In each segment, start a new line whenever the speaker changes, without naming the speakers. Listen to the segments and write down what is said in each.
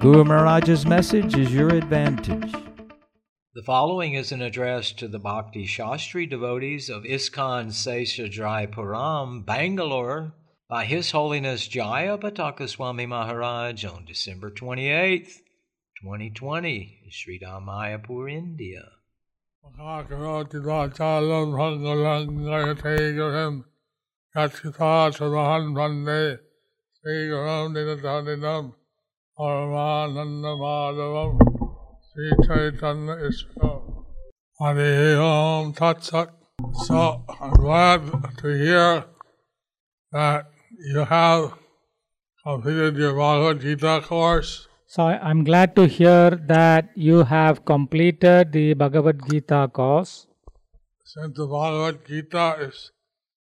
Guru Maharaj's message is your advantage.
The following is an address to the Bhakti Shastri devotees of ISKCON Sesajaipuram, Bangalore, by His Holiness Jaya Bhattakaswami Maharaj on December 28th, 2020, in Sri Mayapur, India.
Mahakarotidachalam Pangalam Nagategaram Yachita Samahan Vande Sri Gurum Dinataninam Paramananda Madhavam Sri Chaitanya Islam Hare Om Tat Sat So I'm glad to hear that you have completed your Bhagavad Gita course.
So I- I'm glad to hear that you have completed the Bhagavad Gita course.
Since the Bhagavad Gita is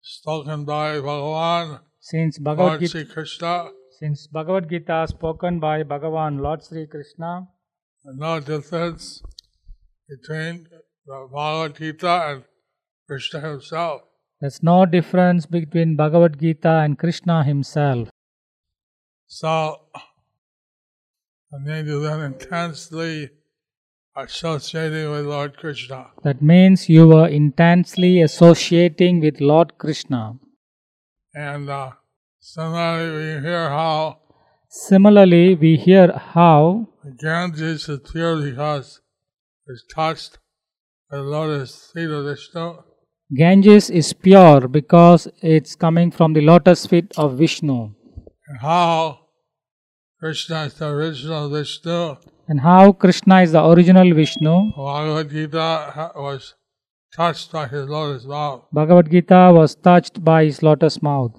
spoken by Bhagavan,
Since Bhagavad
Lord Sri
Gita,
Krishna,
since Bhagavad Gita spoken by Bhagavan Lord Sri Krishna,
and no difference between the Bhagavad Gita and Krishna himself.
there's no difference between Bhagavad Gita and Krishna himself.
So, I need to then intensely associating with Lord Krishna.
That means you were intensely associating with Lord Krishna.
And uh, similarly, we hear how
Similarly, we hear how
the Ganges is pure because it's touched by the lotus feet of Vishnu.
Ganges is pure because it's coming from the lotus feet of Vishnu.
and how Krishna is the original Vishnu.
And how Krishna is the original Vishnu.
Bhagavad Gita ha- was touched by his lotus mouth.
Bhagavad Gita was touched by his lotus mouth.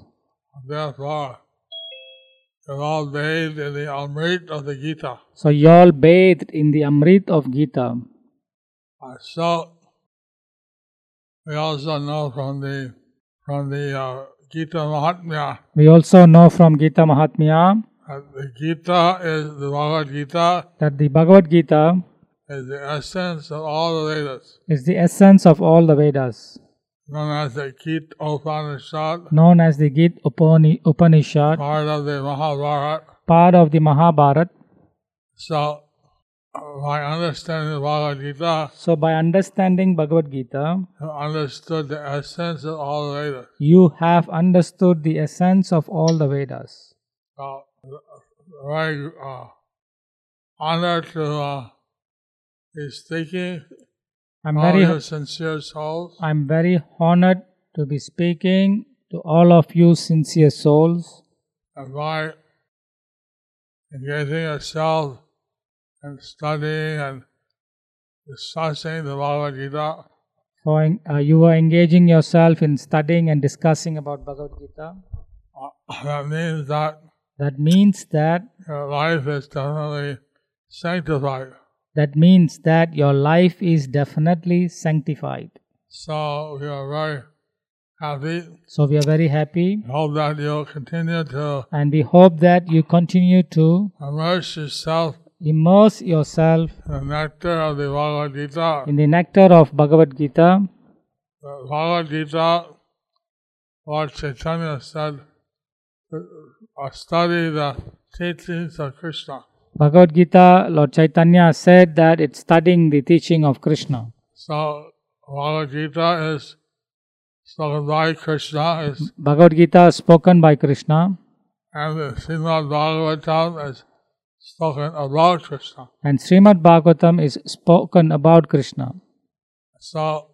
Therefore, they're all bathed in the Amrit of the Gita.
So you all bathed in the Amrit of Gita.
Uh, so, we also know from the from the uh, Gita Mahatmya
We also know from Gita Mahatmya
that the Gita is the Bhagavad Gita
that the Bhagavad Gita
is the essence of all the Vedas,
is the essence of all the Vedas,
known as the Gita Upanishad,
known as the Gita Upani- Upanishad,
part of the Mahabharata.
part of the Mahabharata.
So, by understanding the Bhagavad Gita,
So by understanding Bhagavad Gita,
you understood the essence of all the Vedas.
you have understood the essence of all the Vedas.
So, very uh, honor to uh, be speaking.
I'm
all
very
your sincere souls.
I'm very honored to be speaking to all of you sincere souls.
And by engaging yourself and studying and discussing the Bhagavad Gita,
So en- uh, you were engaging yourself in studying and discussing about Bhagavad Gita.
uh, that means that
That means that
your life is definitely sanctified.
that means that your life is definitely sanctified.
So we are very happy.
So we are very happy,
Hope that you'll continue to
and we hope that you continue to
immerse yourself
immerse yourself
in the nectar of the Bhagavad Gita.
in the nectar of Bhagavad Gita.
The Bhagavad Gita, Lord Chaitanya said, uh, study the teachings of Krishna.
Bhagavad Gita, Lord Chaitanya said that it's studying the teaching of Krishna.
So Bhagavad Gita is spoken by Krishna, is,
Bhagavad Gita spoken by Krishna
and the Srimad Bhagavatam is spoken about Krishna.
and Srimad Bhagavatam is spoken about Krishna.
So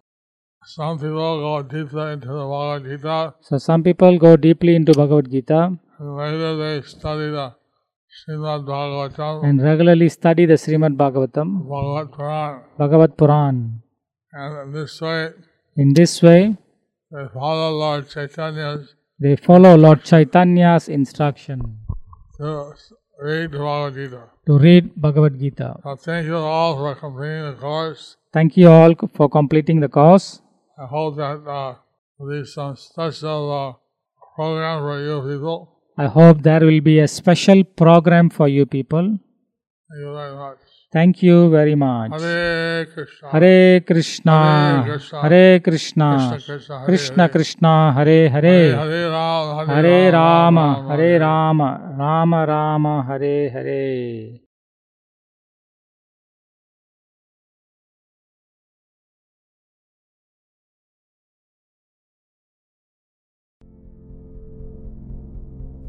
some people go deeper into the Bhagavad Gita
So some people go deeply into Bhagavad Gita
And later they study the Srimad Bhagavatam and
and regularly study the Srimad Bhagavatam,
Bhagavat Puran.
Bhagavad Puran.
And in this way,
In this way,
they follow Lord Chaitanya's
they follow Lord Chaitanya's instruction
to read Bhagavad Gita.
to read Bhagavad Gita.
So thank you all for completing the course.
Thank you all for completing the course.
I hope that uh, there'll be some special uh, program for you people.
I hope there will be a special program for you people.
Thank you very much.
Thank you very much.
Hare Krishna. Hare
Hare Krishna,
Krishna.
Hare Krishna,
Krishna Krishna, Hare
Krishna
Hare.
Krishna, Hare Hare,
Hare Rama.
Hare Rama, Hare Rama, Rama Rama, Hare Hare.